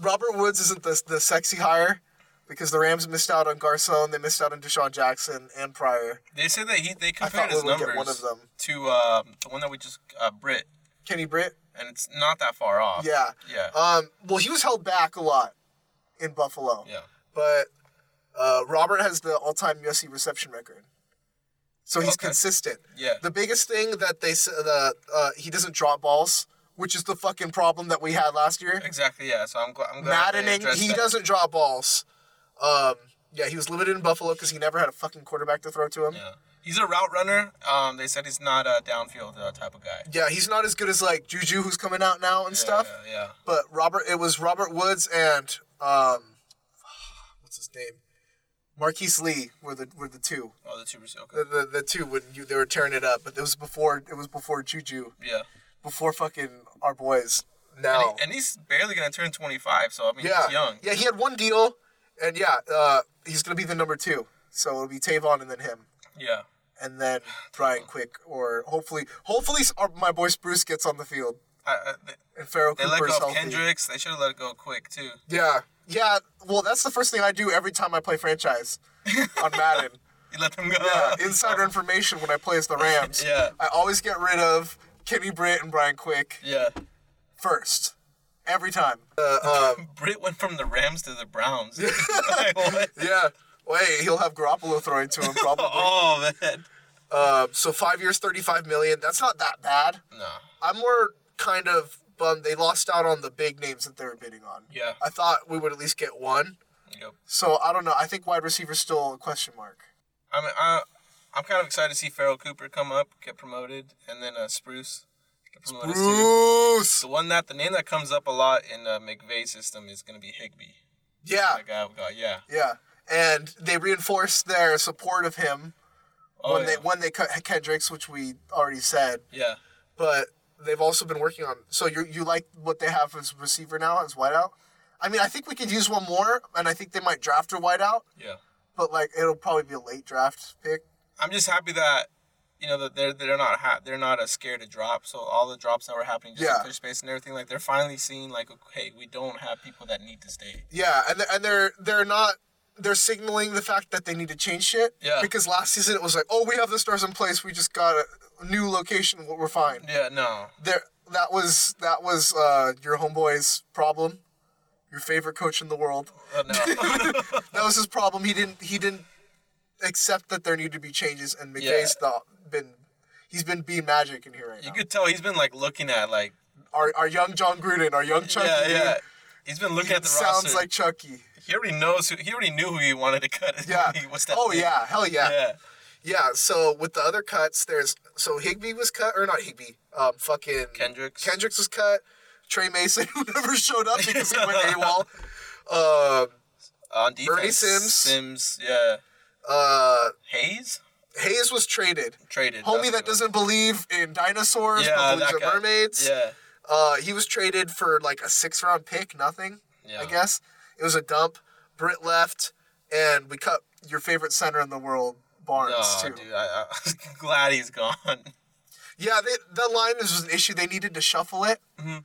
Robert Woods isn't the, the sexy hire because the Rams missed out on Garcon, they missed out on Deshaun Jackson and Pryor.
They said that he they
I thought
compared
we
his
would
numbers
get one of them.
to um, the one that we just uh, Brit,
Kenny Britt.
and it's not that far off.
Yeah.
Yeah.
Um, well, he was held back a lot in Buffalo,
yeah.
but uh, Robert has the all-time USC reception record, so he's
Okay.
consistent.
Yeah.
The biggest thing that they s- the uh, he doesn't drop balls, which is the fucking problem that we had last year.
Exactly. Yeah. So I'm glad. I'm glad they
Maddening.
addressed
He
that.
doesn't drop balls. Um, yeah, he was limited in Buffalo because he never had a fucking quarterback to throw to him.
Yeah. He's a route runner. Um, they said he's not a downfield uh, type of guy.
Yeah, he's not as good as like Juju, who's coming out now and stuff.
Yeah. yeah.
But Robert, it was Robert Woods and um, what's his name, Marquise Lee were the were the two.
Oh, the two was okay.
The, the, the two when you, they were tearing it up, but it was before it was before Juju,
Yeah.
before fucking our boys.
And,
Now,
he- and he's barely gonna turn 25, so I mean
yeah,
he's young.
yeah, he had one deal, and yeah, uh, he's gonna be the number two. So it'll be Tavon and then him,
Yeah.
and then Brian Quick, or hopefully, hopefully our, my boy Spruce gets on the field
I, I, they,
and Pharaoh
they
Cooper's
let go of
healthy.
Kendricks. They should have let go of Quick too.
Yeah, yeah. Well, that's the first thing I do every time I play franchise on Madden.
You let them go.
Yeah, insider information when I play as the Rams.
Yeah.
I always get rid of Kenny Britt and Brian Quick
Yeah.
first, every time. Uh, um,
Britt went from the Rams to the Browns. Like, what?
yeah. Wait, he'll have Garoppolo throwing to him probably.
Oh man.
Um, so five years, thirty-five million. That's not that bad.
No.
I'm more kind of bummed they lost out on the big names that they were bidding on.
Yeah.
I thought we would at least get one.
Yep.
So I don't know. I think wide receiver's still a question mark.
I mean, I, I'm kind of excited to see Farrell Cooper come up, get promoted, and then uh, Spruce get promoted too.
Bruce.
The one that the name that comes up a lot in uh, McVay's system is going to be Higby.
Yeah.
That guy we got, yeah.
Yeah, and they reinforced their support of him
Oh,
when
yeah.
they when they cut Kendricks, which we already said.
yeah.
But they've also been working on. So you you like what they have as receiver now as wideout? I mean, I think we could use one more, and I think they might draft a wideout,
Yeah.
but like it'll probably be a late draft pick.
I'm just happy that you know that they're they're not ha- they're not uh, scared to drop. So all the drops that were happening just
Yeah.
in clear space and everything, like they're finally seeing like okay, we don't have people that need to stay.
Yeah, and they're, and they're they're not. They're signaling the fact that they need to change shit.
Yeah.
Because last season it was like, oh, we have the stars in place. We just got a new location. We're fine.
Yeah, no.
there that was that was uh, your homeboy's problem your favorite coach in the world
Uh, no.
that was his problem he didn't he didn't accept that there need to be changes and McVay's thought been he's been being magic in here right
you
now
could tell he's been like looking at like
our, our young John Gruden our young Chucky
yeah,
dude,
yeah. He's been looking at the
sounds
roster.
like Chucky
he already knows who he already knew who he wanted to cut.
yeah
What's that
oh
name?
yeah hell yeah. yeah
Yeah.
so with the other cuts there's so Higby was cut or not Higby um fucking
Kendricks.
Kendricks was cut Trey Mason who never showed up because he went AWOL um
On defense.
Bernie Sims.
Sims. Yeah.
uh,
Hayes
Hayes was traded.
traded.
Homie that
that's the one.
doesn't believe in dinosaurs,
Yeah,
but believes
that
in
guy.
mermaids.
Yeah.
Uh, he was traded for like a six round pick, nothing,
Yeah.
I guess. It was a dump. Britt left, and we cut your favorite center in the world, Barnes,
No,
too.
dude. I, I'm glad he's gone.
Yeah, they, that line is an issue. They needed to shuffle it.
Mm-hmm.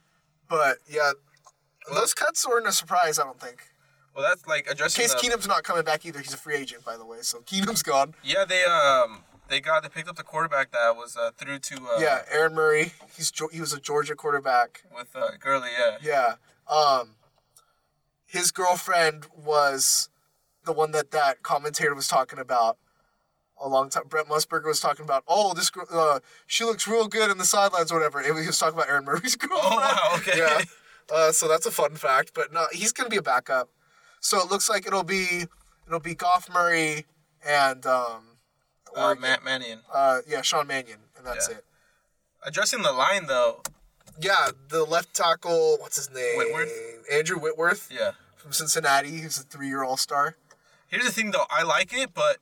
But yeah, those cuts weren't a surprise, I don't think.
Well, that's like addressing.
Case
the-
Keenum's not coming back either. He's a free agent, by the way, so Keenum's gone.
Yeah, they um they got they picked up the quarterback that was uh, through to uh,
Yeah, Aaron Murray, he's Ge- he was a Georgia quarterback.
with uh, Gurley. Yeah.
Yeah. Um, his girlfriend was the one that that commentator was talking about a long time. Brett Musburger was talking about, oh, this girl, uh, she looks real good in the sidelines or whatever. And he was talking about Aaron Murray's girlfriend.
Oh wow. Okay.
Yeah. Uh, so that's a fun fact. But no, he's going to be a backup. So it looks like it'll be it'll be Goff Murray and um,
Uh,
Oregon.
Matt Mannion.
uh, yeah, Sean Mannion, and that's
Yeah.
it.
Addressing the line though.
Yeah, the left tackle, what's his name?
Whitworth?
Andrew Whitworth.
Yeah.
from Cincinnati, who's a three-year All-Star.
Here's the thing though. I like it, but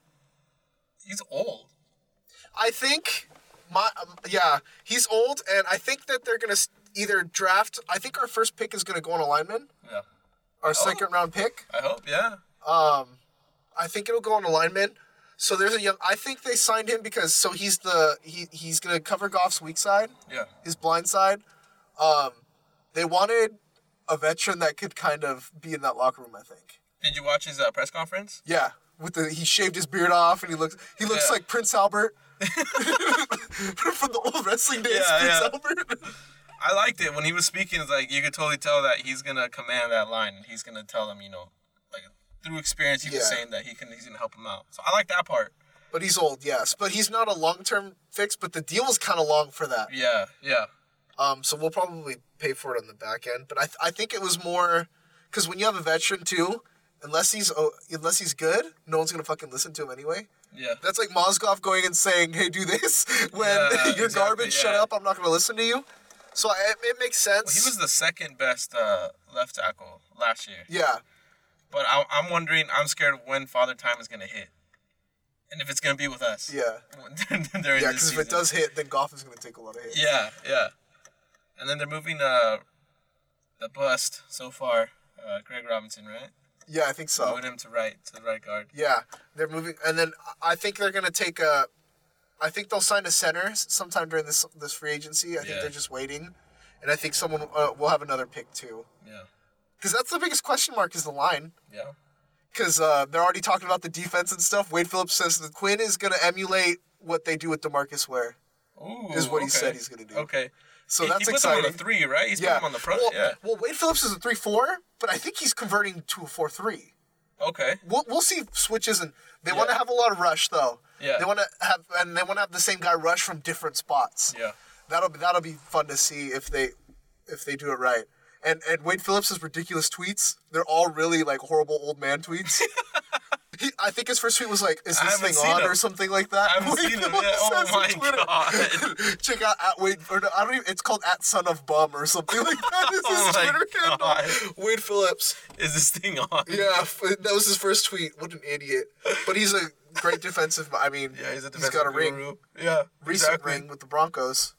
he's old.
I think my um, yeah, he's old, and I think that they're gonna s- either draft. I think our first pick is gonna go on a lineman,
Yeah.
our second-round pick.
I hope. Yeah.
Um, I think it'll go on a lineman. So there's a young. I think they signed him because so he's the he, he's gonna cover Goff's weak side,
Yeah.
his blind side. Um, they wanted a veteran that could kind of be in that locker room. I think.
Did you watch his uh, press conference?
Yeah, with the he shaved his beard off and he looks he looks
Yeah.
like Prince Albert from the old wrestling days.
Yeah,
Prince
yeah.
Albert.
I liked it when he was speaking. It's like you could totally tell that he's gonna command that line, and he's gonna tell them, you know, like through experience, he was
Yeah.
saying that he can, he's gonna help him out. So I like that part.
but he's old, yes. But he's not a long term fix. But the deal was kind of long for that.
Yeah, yeah,
Um, so we'll probably pay for it on the back end. But I th- I think it was more because when you have a veteran too, unless he's oh, unless he's good, no one's gonna fucking listen to him anyway.
yeah.
That's like Mozgov going and saying, "Hey, do this." When
Yeah,
you're
exactly,
garbage, shut
yeah.
up. I'm not gonna listen to you. So I, it, it makes sense.
He was the second best uh, left tackle last year.
Yeah.
But I, I'm wondering. I'm scared of when Father Time is gonna hit, and if it's gonna be with us.
Yeah.
during
Yeah,
this
because if
season.
it does hit, then Gotham's gonna take a lot of hits.
Yeah, yeah. And then they're moving uh the bust so far, uh, Greg Robinson, right?
Yeah, I think so.
Moving him to right to the right guard.
Yeah, they're moving, and then I think they're gonna take a. I think they'll sign a center s- sometime during this this free agency. I think
Yeah.
they're just waiting, and I think someone uh, will have another pick too.
Yeah,
Because that's the biggest question mark is the line.
yeah.
Because uh, they're already talking about the defense and stuff. Wade Phillips says that Quinn is gonna emulate what they do with Demarcus Ware.
Ooh,
Is what he
okay.
said he's gonna do.
Okay.
So
he,
that's
he puts him on
exciting.
the three, right? He's put him on the front.
Well,
yeah.
well, Wade Phillips is a three four, but I think he's converting to a four three.
Okay.
We'll, we'll see switches and they want to
Yeah.
have a lot of rush though.
Yeah.
They want to have and they want to have the same guy rush from different spots.
Yeah.
That'll be that'll be fun to see if they if they do it right. And and Wade Phillips' ridiculous tweets, they're all really like horrible old man tweets. he, I think his first tweet was like, "Is
I
this
haven't
thing
seen
on
him.
or something like that?"
I haven't
Wade
seen him.
Phillips
Yeah. Oh
says on
my
Twitter.
god.
Check out at Wade or no, I don't even. It's called at Son of Bum or something like that. Is his
Oh my
Twitter
God.
handle? Wade Phillips.
Is this thing on?
Yeah, f- that was his first tweet. What an idiot! But he's a great defensive. I mean,
Yeah, he's
he's
a defensive
got a ring,
guru. Yeah.
recent
exactly.
ring with the Broncos.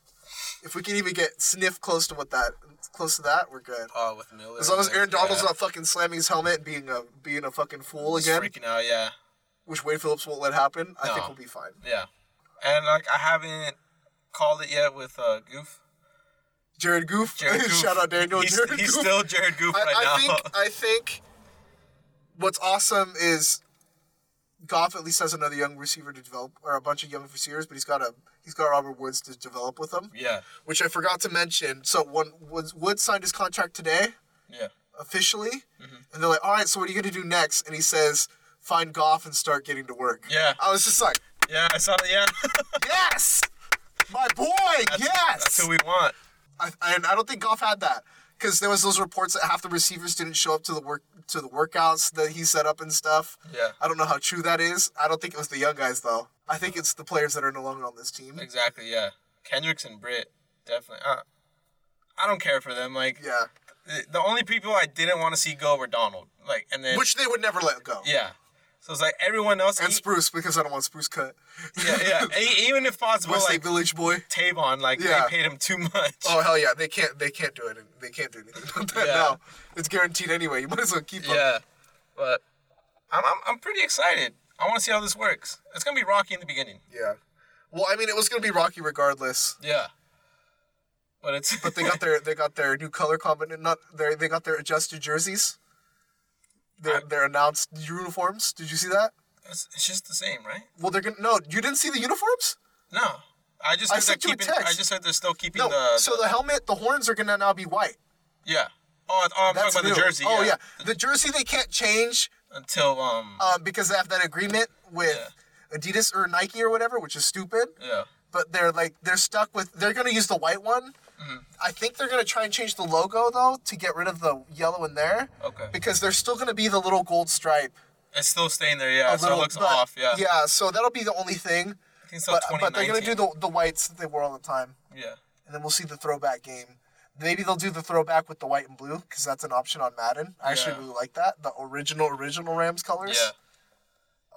If we can even get sniff close to what that close to that, we're good.
Oh, with Miller.
As long as Aaron Donald's
yeah.
not fucking slamming his helmet and being a being a fucking fool
Just
again,
freaking out. Yeah.
which Wade Phillips won't let happen, I think
No.
we'll be fine.
Yeah. And like I haven't called it yet with uh, Goof.
Jared Goof,
Jared Goof.
shout out Daniel.
He's,
Jared
he's
Goof.
still Jared Goof
I,
right
I
now.
think I think what's awesome is Goff at least has another young receiver to develop or a bunch of young receivers, but he's got a he's got Robert Woods to develop with him,
yeah.
which I forgot to mention. So when Woods, Woods signed his contract today
Yeah.
officially,
Mm-hmm.
and they're like, "All right, so what are you gonna do next?" And he says, "Find Goff and start getting to work."
Yeah.
I was just like,
Yeah. I saw that. Yeah.
"Yes, my boy, yes."
That's who we want.
I, and I don't think Goff had that because there was those reports that half the receivers didn't show up to the work to the workouts that he set up and stuff.
Yeah.
I don't know how true that is. I don't think it was the young guys though. I think it's the players that are no longer on this team.
Exactly. Yeah. Kendricks and Britt definitely. Uh, I don't care for them. Like
Yeah,
the, the only people I didn't want to see go were Donald. Like and then
which they would never let go.
yeah. So it's like everyone else.
And
e-
Spruce because I don't want Spruce cut.
yeah, yeah. E- even if possible,
Westlake
like
Village boy.
Tavon, like
Yeah.
they paid him too much.
Oh hell yeah, they can't they can't do it. They can't do anything about that
Yeah.
now. It's guaranteed anyway. You might as well keep him.
Yeah, but I'm, I'm I'm pretty excited. I want to see how this works. It's gonna be rocky in the beginning.
Yeah. Well, I mean, it was gonna be Rocky regardless.
Yeah, but it's
But they got their they got their new color combination. Not their they got their adjusted jerseys. Their their announced uniforms. Did you see that?
it's, it's just the same, right?
Well, they're gonna no. You didn't see the uniforms?
No, I just
I
heard they're
sent you a
keeping.
text.
I just heard they're still keeping
No.
the
so the helmet, the horns are gonna now be white.
yeah. Oh, I- oh I'm
That's
talking about
new.
the jersey.
Oh yeah, the jersey they can't change
Until um
uh, because they have that agreement with Adidas or Nike or whatever, which is stupid.
yeah
But they're like they're stuck with they're gonna use the white one.
Mm-hmm.
I think they're gonna try and change the logo though to get rid of the yellow in there.
Okay.
Because there's still gonna be the little gold stripe.
it's still staying there. Yeah,
a
so
little-
it looks
but-
off. Yeah.
Yeah, so that'll be the only thing.
I think it's still
But, but they're
2019.
gonna do the the whites that they wore all the time,
yeah.
and then we'll see the throwback game. Maybe they'll do the throwback with the white and blue because that's an option on Madden. I actually
Yeah.
really like that. The original original Rams colors.
Yeah.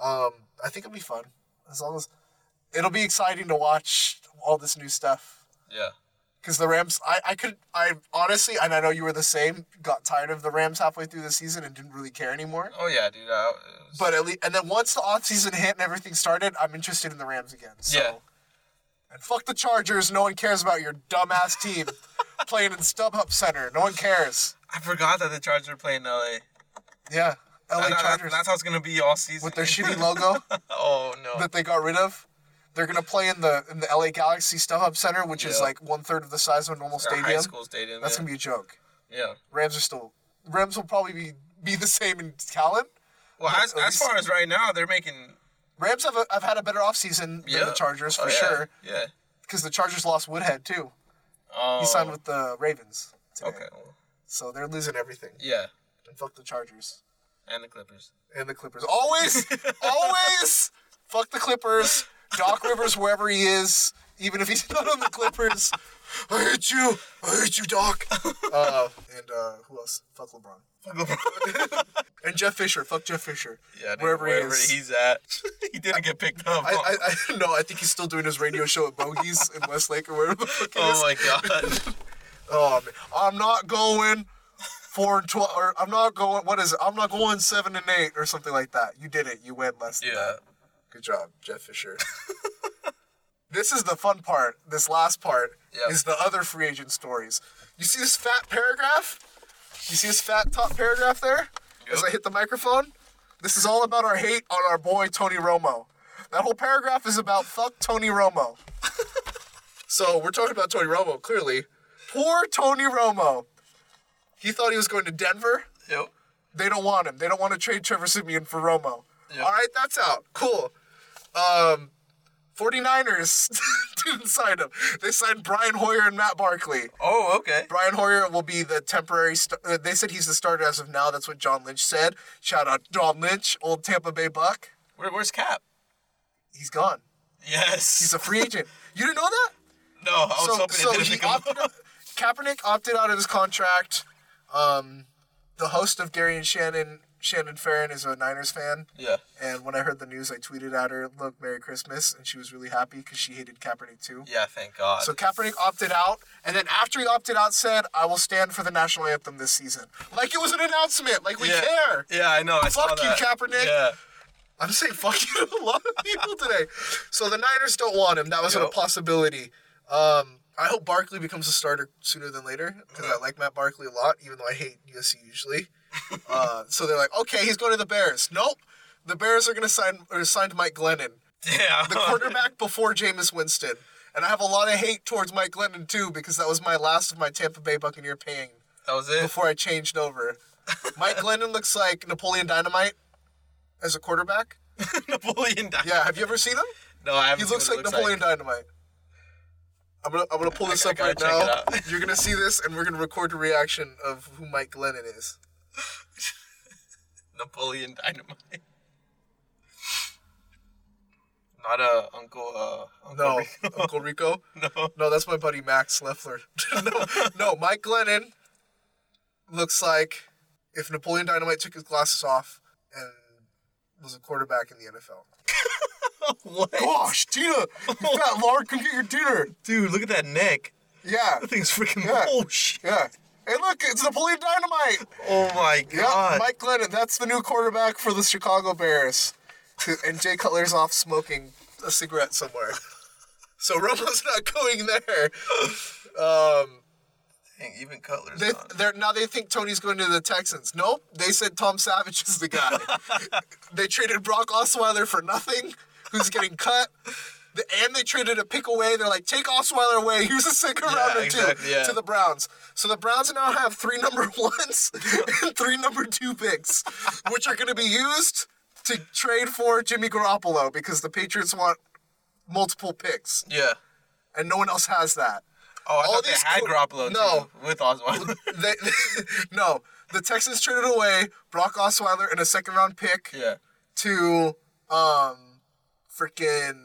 Um, I think it'll be fun as long as it'll be exciting to watch all this new stuff.
Yeah.
Because the Rams, I, I could, I honestly, and I know you were the same, got tired of the Rams halfway through the season and didn't really care anymore.
Oh yeah, dude. I, it was-
But at least, and then once the offseason hit and everything started, I'm interested in the Rams again. So.
Yeah.
And fuck the Chargers. No one cares about your dumbass team playing in StubHub Center. No one cares.
I forgot that the Chargers are playing LA.
Yeah. LA
That- that-
Chargers.
that's how it's gonna be all season.
with their shitty logo
oh no.
that they got rid of. They're gonna play in the in the LA Galaxy StubHub Center, which is
Yeah.
like one third of the size of a normal
Our
stadium.
High school stadium.
That's
yeah.
gonna be a joke.
yeah.
Rams are still Rams will probably be, be the same in talent.
Well, as,
at
as far as right now, they're making.
Rams have, a, have had a better offseason
Yeah.
than the Chargers for
Oh, yeah.
sure.
Yeah.
Because the Chargers lost Woodhead too.
Oh,
He signed with the Ravens today.
Okay. well,
So they're losing everything.
Yeah.
And fuck the Chargers.
And the Clippers.
And the Clippers. Always! always! Fuck the Clippers. Doc Rivers, wherever he is. even if he's not on the Clippers. I hate you. I hate you, Doc. Uh, and uh, who else? Fuck LeBron. And Jeff Fisher. Fuck Jeff Fisher.
yeah, dude,
Wherever
wherever,
he is.
he's at, he didn't get picked up.
I, I, I no, I think he's still doing his radio show at Bogies in Westlake or wherever the fuck it is.
oh my god.
Oh, man. I'm not going four and twelve, or I'm not going. What is it? I'm not going seven and eight, or something like that. You did it. You win less than
yeah.
that. Good job, Jeff Fisher. this is the fun part. This last part
Yeah.
is the other free agent stories. You see this fat paragraph? You see this fat top paragraph there? As I hit the microphone, this is all about our hate on our boy Tony Romo. That whole paragraph is about fuck Tony Romo. so we're talking about Tony Romo clearly. Poor Tony Romo. He thought he was going to Denver.
Yep.
They don't want him. They don't want to trade Trevor Simeon for Romo.
Yeah.
All right, that's out. Cool. Um, 49ers didn't sign him. They signed Brian Hoyer and Matt Barkley.
Oh, okay.
Brian Hoyer will be the temporary. St- uh, they said he's the starter as of now. That's what John Lynch said. Shout out John Lynch, old Tampa Bay Buck.
Where, where's Cap?
He's gone.
Yes.
He's a free agent. You didn't know that?
no, I was
so,
hoping
so
it didn't
he
pick him up.
opted out, Kaepernick opted out of his contract. Um, the host of Gary and Shannon, Shannon Farron, is a Niners fan.
Yeah.
And when I heard the news, I tweeted at her, "Look, Merry Christmas," and she was really happy because she hated Kaepernick too.
Yeah. Thank God.
So Kaepernick opted out, and then after he opted out, said, "I will stand for the national anthem this season." Like it was an announcement. Like we
yeah.
care.
Yeah, I know. I saw
Fuck you,
that.
Kaepernick.
Yeah.
I'm saying fuck you to a lot of people today. So the Niners don't want him. That was a
Yep.
possibility. Um, I hope Barkley becomes a starter sooner than later because I like Matt Barkley a lot, even though I hate USC usually. uh, so they're like, okay, he's going to the Bears. Nope. The Bears are going to sign or signed Mike Glennon
Yeah.
the quarterback before Jameis Winston. And I have a lot of hate towards Mike Glennon too because that was my last of my Tampa Bay Buccaneer paying
that was it.
before I changed over. Mike Glennon looks like Napoleon Dynamite as a quarterback.
Napoleon Dynamite.
Yeah, have you ever seen him?
No, I haven't.
He looks
seen
like
what it
Napoleon Dynamite. I'm gonna I'm gonna pull this
I
up
gotta
right
check it
now.
out.
You're gonna see this, and we're gonna record a reaction of who Mike Glennon is.
Napoleon Dynamite. Not uh, Uncle. Uh, Uncle
No,
Rick.
Uncle Rico.
no.
No, that's my buddy Max Leffler. no, no, Mike Glennon looks like if Napoleon Dynamite took his glasses off and was a quarterback in the NFL.
What?
Gosh, Tina, you fat lard, come get your dinner.
Dude, look at that neck.
Yeah,
That thing's freaking.
Yeah.
Oh shit.
yeah. Hey, look, it's Napoleon Dynamite.
Oh my
Yeah,
god.
Mike Glennon, that's the new quarterback for the Chicago Bears. And Jay Cutler's off smoking a cigarette somewhere. So Romo's not going there.
Dang, even Cutler's
They,
gone.
they're now they think Tony's going to the Texans. Nope, they said Tom Savage is the guy. they traded Brock Osweiler for nothing, who's getting cut. The- and they traded a pick away. They're like, take Osweiler away. Here's a second
Yeah,
rounder too
exactly, yeah.
to the Browns. So the Browns now have three number ones and three number two picks, which are going to be used to trade for Jimmy Garoppolo because the Patriots want multiple picks,
Yeah.
and no one else has that.
Oh, I
All
thought they
these
had
co-
Garoppolo
No.
too, with Osweiler.
they, no, the Texans traded away Brock Osweiler and a second round pick
yeah.
to um freaking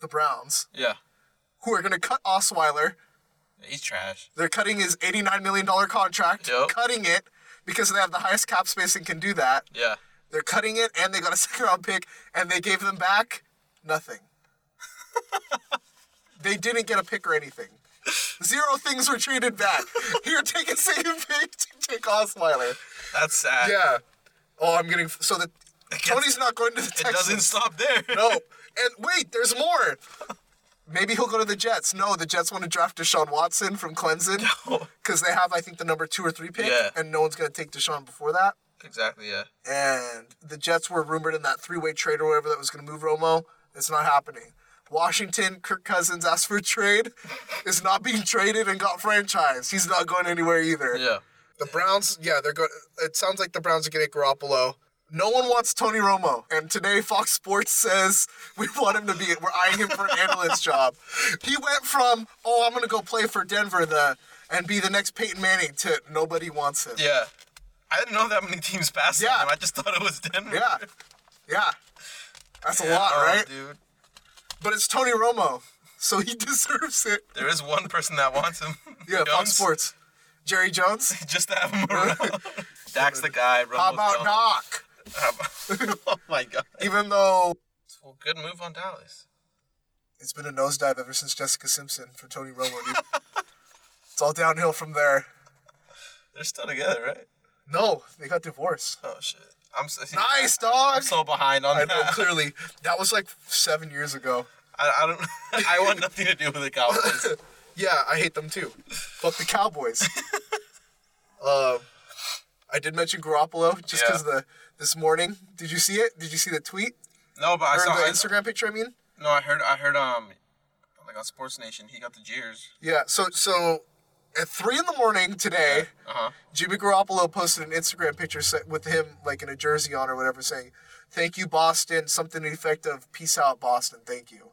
the Browns,
Yeah.
who are gonna cut Osweiler.
He's trash.
They're cutting his eighty nine million dollar contract,
Yep.
cutting it because they have the highest cap space and can do that.
Yeah.
They're cutting it and they got a second round pick and they gave them back nothing. they didn't get a pick or anything. Zero things were traded back. Here, take a second pick, take Osweiler.
That's sad.
Yeah. Oh, I'm getting so the Tony's not going to the
It doesn't
Texans.
stop there.
No. And wait, there's more. Maybe he'll go to the Jets. No, the Jets want to draft Deshaun Watson from Clemson because they have, I think, the number two or three pick,
Yeah.
and no one's going to take Deshaun before that.
Exactly. Yeah.
And the Jets were rumored in that three-way trade or whatever that was going to move Romo. It's not happening. Washington, Kirk Cousins asked for a trade, is not being traded and got franchised. He's not going anywhere either.
Yeah.
The Browns, yeah, they're going. It sounds like the Browns are getting Garoppolo. No one wants Tony Romo, and today Fox Sports says we want him to be. We're eyeing him for an analyst job. He went from oh, I'm gonna go play for Denver the and be the next Peyton Manning to nobody wants him.
Yeah. I didn't know that many teams passed
Yeah.
on him. I just thought it was Denver.
yeah, yeah. That's a lot,
Oh,
right?
Dude.
But it's Tony Romo, so he deserves it.
There is one person that wants him.
Yeah, Fox
Jones.
Sports. Jerry Jones.
Just to have him around. Dak's the guy. Romo's
How about
gone.
knock?
How about- oh my god.
Even though
Well, good move on Dallas.
it's been a nosedive ever since Jessica Simpson for Tony Romo. Dude. it's all downhill from there.
They're still together, right?
No, they got divorced.
Oh shit. I'm so,
Nice dog.
I'm so behind on
I know
that.
clearly that was like seven years ago.
I, I don't. I want nothing to do with the Cowboys.
Yeah, I hate them too. Fuck the Cowboys. um, I did mention Garoppolo just because the this morning. Did you see it? Did you see the tweet
No, but I
or
saw.
the
I,
Instagram picture? I mean,
no, I heard. I heard. Um, like on Sports Nation, he got the jeers.
yeah. So so at three in the morning today,
Uh huh.
Jimmy Garoppolo posted an Instagram picture set with him like in a jersey on or whatever, saying, "Thank you, Boston." Something to the effect of "Peace out, Boston. Thank you."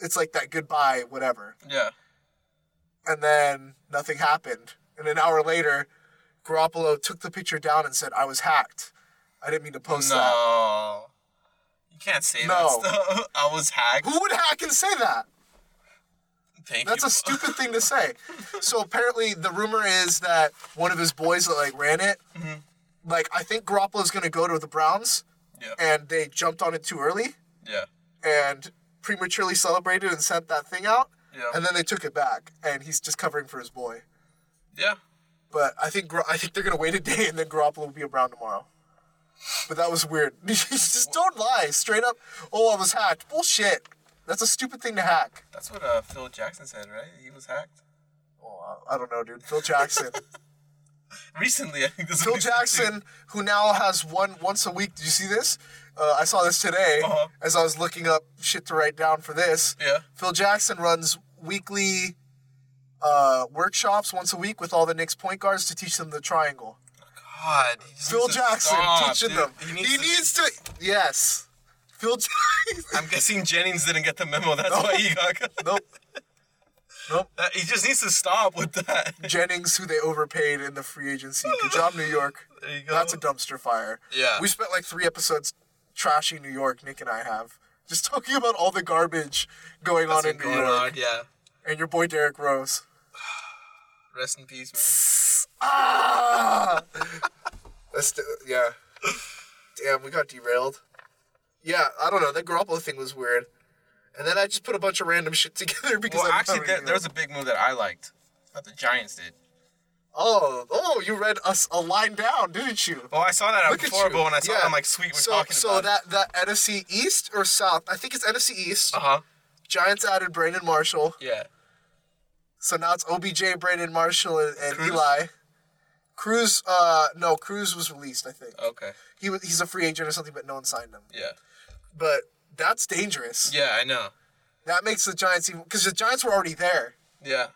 It's like that goodbye, whatever.
Yeah.
and then nothing happened. And an hour later, Garoppolo took the picture down and said, "I was hacked. I didn't mean to post that."
no. You can't say
No.
that stuff. I was hacked.
Who would hack and say that?
Thank
That's
you.
a stupid thing to say. So apparently, the rumor is that one of his boys that like ran it,
Mm-hmm.
like I think Garoppolo's gonna go to the Browns,
Yeah.
and they jumped on it too early
Yeah.
and prematurely celebrated and sent that thing out,
Yeah.
and then they took it back, and he's just covering for his boy.
yeah.
But I think Gar- I think they're gonna wait a day, and then Garoppolo will be around tomorrow. But that was weird. Just don't lie, straight up. Oh, I was hacked. Bullshit. That's a stupid thing to hack.
That's what uh, Phil Jackson said, right? He was hacked.
Oh, I I don't know, dude. Phil Jackson.
Recently, I think this. is
Phil
what he said, too.
Jackson, who now has one once a week. Did you see this? Uh, I saw this today
Uh-huh.
as I was looking up shit to write down for this.
Yeah.
Phil Jackson runs weekly uh, workshops once a week with all the Knicks point guards to teach them the triangle.
God. he just
Phil
needs to
Jackson
stop,
teaching
dude.
them.
He needs. to-
to. Yes. Phil Jackson.
I'm guessing Jennings didn't get the memo. That's why he got.
nope. Nope.
That- he just needs to stop with that.
Jennings, who they overpaid in the free agency. Good job, New York.
There you go.
That's a dumpster fire.
Yeah.
We spent like three episodes trashing New York, Nick and I have. Just talking about all the garbage going
That's
on
been
in New
going
York.
on. Yeah.
And your boy Derek Rose.
Rest in peace, man.
Ah! That's the, yeah. Damn, we got derailed. Yeah, I don't know. That Garoppolo thing was weird. And then I just put a bunch of random shit together because
Well,
I'm
actually,
covering
there,
you.
there was a big move that I liked that the Giants did.
oh oh you read us a line down, didn't you?
Oh, I saw that
Look at
before,
you.
but when I saw
Yeah.
it, I'm like, sweet, we're
so
talking
so
about
that that NFC East or South? I think it's NFC East.
Uh huh.
Giants added Brandon Marshall,
Yeah.
so now it's OBJ, Brandon Marshall, and, and
Cruz?
Eli. Cruz, uh, no, Cruz was released. I think
Okay.
he was, he's a free agent or something, but no one signed him.
Yeah.
But that's dangerous.
Yeah, I know.
That makes the Giants even because the Giants were already there.
Yeah.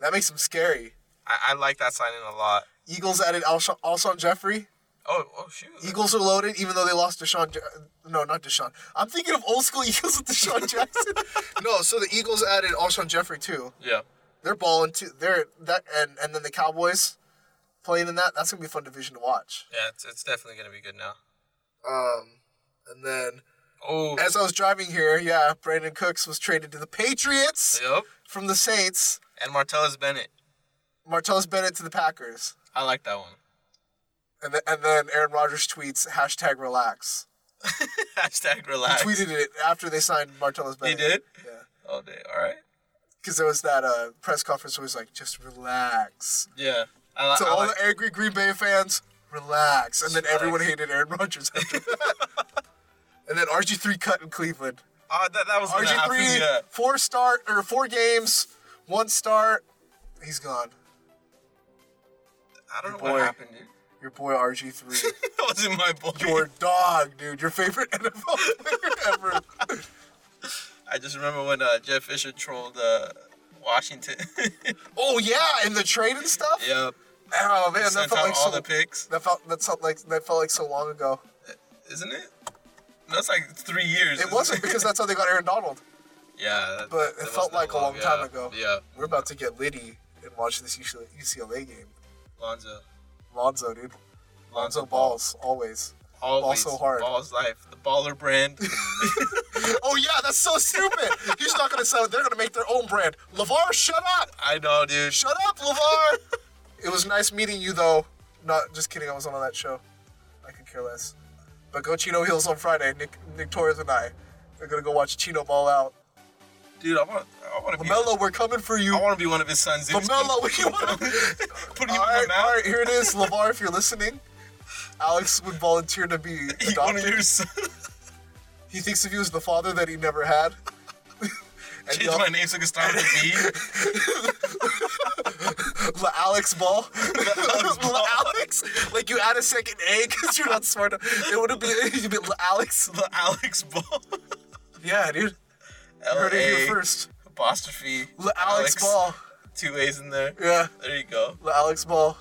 That makes them scary.
I, I like that signing a lot.
Eagles added Alshon, Alshon Jeffrey.
Oh, oh shoot.
Eagles are loaded, even though they lost Deshaun. Ja- No, not Deshaun. I'm thinking of old school Eagles with Deshaun Jackson. no, so the Eagles added Alshon Jeffrey too.
Yeah.
They're balling too. They're that, and and then the Cowboys playing in that. That's gonna be a fun division to watch.
Yeah, it's, it's definitely going to be good now.
Um, and then
Oh.
as I was driving here, yeah, Brandon Cooks was traded to the Patriots
yep.
from the Saints.
And Martellus Bennett.
Martellus Bennett to the Packers.
I like that one.
And, th- and then Aaron Rodgers tweets hashtag relax.
Hashtag relax.
Tweeted it after they signed Martellus
He
Bennett.
did?
Yeah.
Oh, day. All right.
Because there was that uh, press conference where he's like, just relax.
Yeah. I, li-
So
I
all
like
the angry Green Bay fans, relax. And then everyone hated Aaron Rodgers after that. and then RG3 cut in Cleveland.
Oh, that, that was going to happen.
RG3,
Yeah.
four start or four games, one start. He's gone.
I don't know
Boy.
what happened, dude.
Your boy RG3.
That wasn't my boy.
Your dog, dude. Your favorite NFL player ever.
I just remember when uh, Jeff Fisher trolled uh, Washington.
Oh yeah, in the trade and stuff.
yep.
Oh man, that
Sent
felt
out
like
all
so.
the picks,
that felt that felt like that felt like so long ago.
isn't it? That's like three years.
It
isn't
wasn't because that's how they got Aaron Donald.
yeah. that-
but it
that
felt
wasn't that
like a long
yeah.
time ago.
Yeah.
We're about to get Liddy and watch this UCLA UCLA game.
Lonzo.
Lonzo, dude. Lonzo
Ball.
balls always.
Always.
so hard.
Ball's life. The baller brand.
oh yeah, that's so stupid. He's not gonna sell it. They're gonna make their own brand. Lavar, shut up.
I know, dude.
Shut up, Lavar. it was nice meeting you though. Not just kidding. I was on that show. I could care less. But go Chino Hills on Friday. Nick, Nick Torres and I are gonna go watch Chino ball out.
Dude, I want. I want to be.
Lamelo, we're coming for you.
I want to be one of his sons. dude.
Lamelo, we want to.
Put
All
him on
right,
the
all right,
map.
here it is, Lavar. If you're listening, Alex would volunteer to be
He- One of
adopted.
your sons.
He thinks of you as the father that he never had. and
Change
y'all-
my name so it can start with a B.
La Alex Ball.
Alex Ball.
La Alex. Like you add a second A because you're not smart. enough. It would have been you'd be La Alex.
The Alex Ball.
Yeah, dude. You heard it here
L A
first.
apostrophe.
La Alex, Ball.
Two A's in there.
Yeah.
There you go.
La Alex Ball.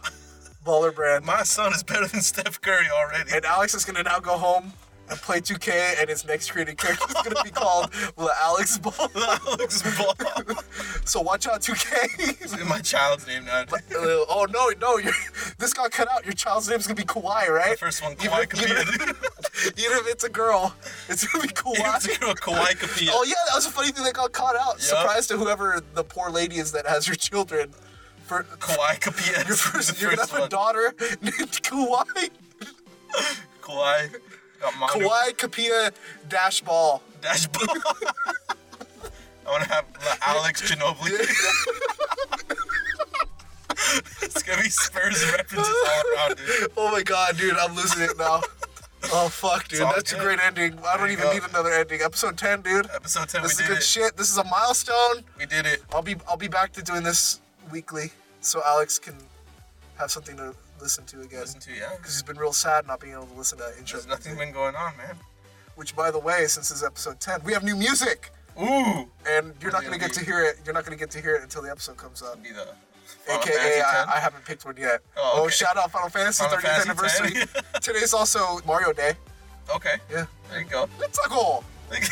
Baller brand.
My son is better than Steph Curry already.
and Alex is gonna now go home and play 2K, and his next created character is gonna be called La Alex Ball.
The Alex Ball.
So watch out, 2K.
in my child's name now.
Uh, oh no, no! You're, this got cut out. Your child's name's gonna be Kawhi, right?
First one,
Even
Kawhi
if- even if-
Kapia.
Even if it's a girl, it's gonna be
It's
Kawhi.
a Kawhi Kapia.
Oh yeah, that was a funny thing that got caught out.
Yeah.
Surprise to whoever the poor lady is that has your children. For
Kawhi Kapia.
your
the
first, you're gonna
first
have a
one.
daughter named Kawhi.
Kawhi. Got Manu.
Kawhi Kapia Dash Ball.
Dash Ball. I want to have the Alex Ginobili. it's gonna be Spurs references all around, dude.
Oh my god, dude, I'm losing it now. Oh fuck, dude,
all
that's a
good.
great ending. I don't
you
even
go.
need another ending. Episode 10, dude.
Episode ten,
This
we
is
did
good
it.
shit. This is a milestone.
We did it.
I'll be I'll be back to doing this weekly, so Alex can have something to listen to again.
Listen to yeah.
Because he's been real sad not being able to listen to intro.
There's nothing
music.
been going on, man.
Which, by the way, since this is episode ten, we have new music,
Ooh.
and you're not
Really?
gonna get to hear it. You're not gonna get to hear it until the episode comes up.
Be the. Final
AKA, I,
Fantasy
I haven't picked one yet.
Oh, okay.
shout out Final Fantasy
Final
30th
Fantasy
anniversary.
10.
Today's also Mario Day.
10? Okay.
Yeah.
There you go.
Let's go.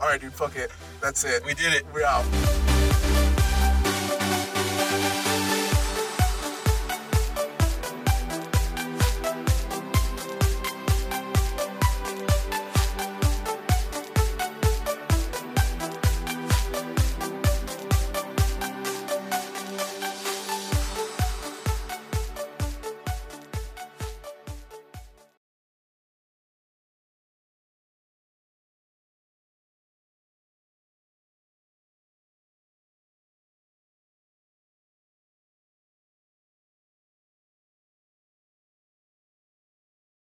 All right, dude. Fuck it. That's it.
we did it.
We're out.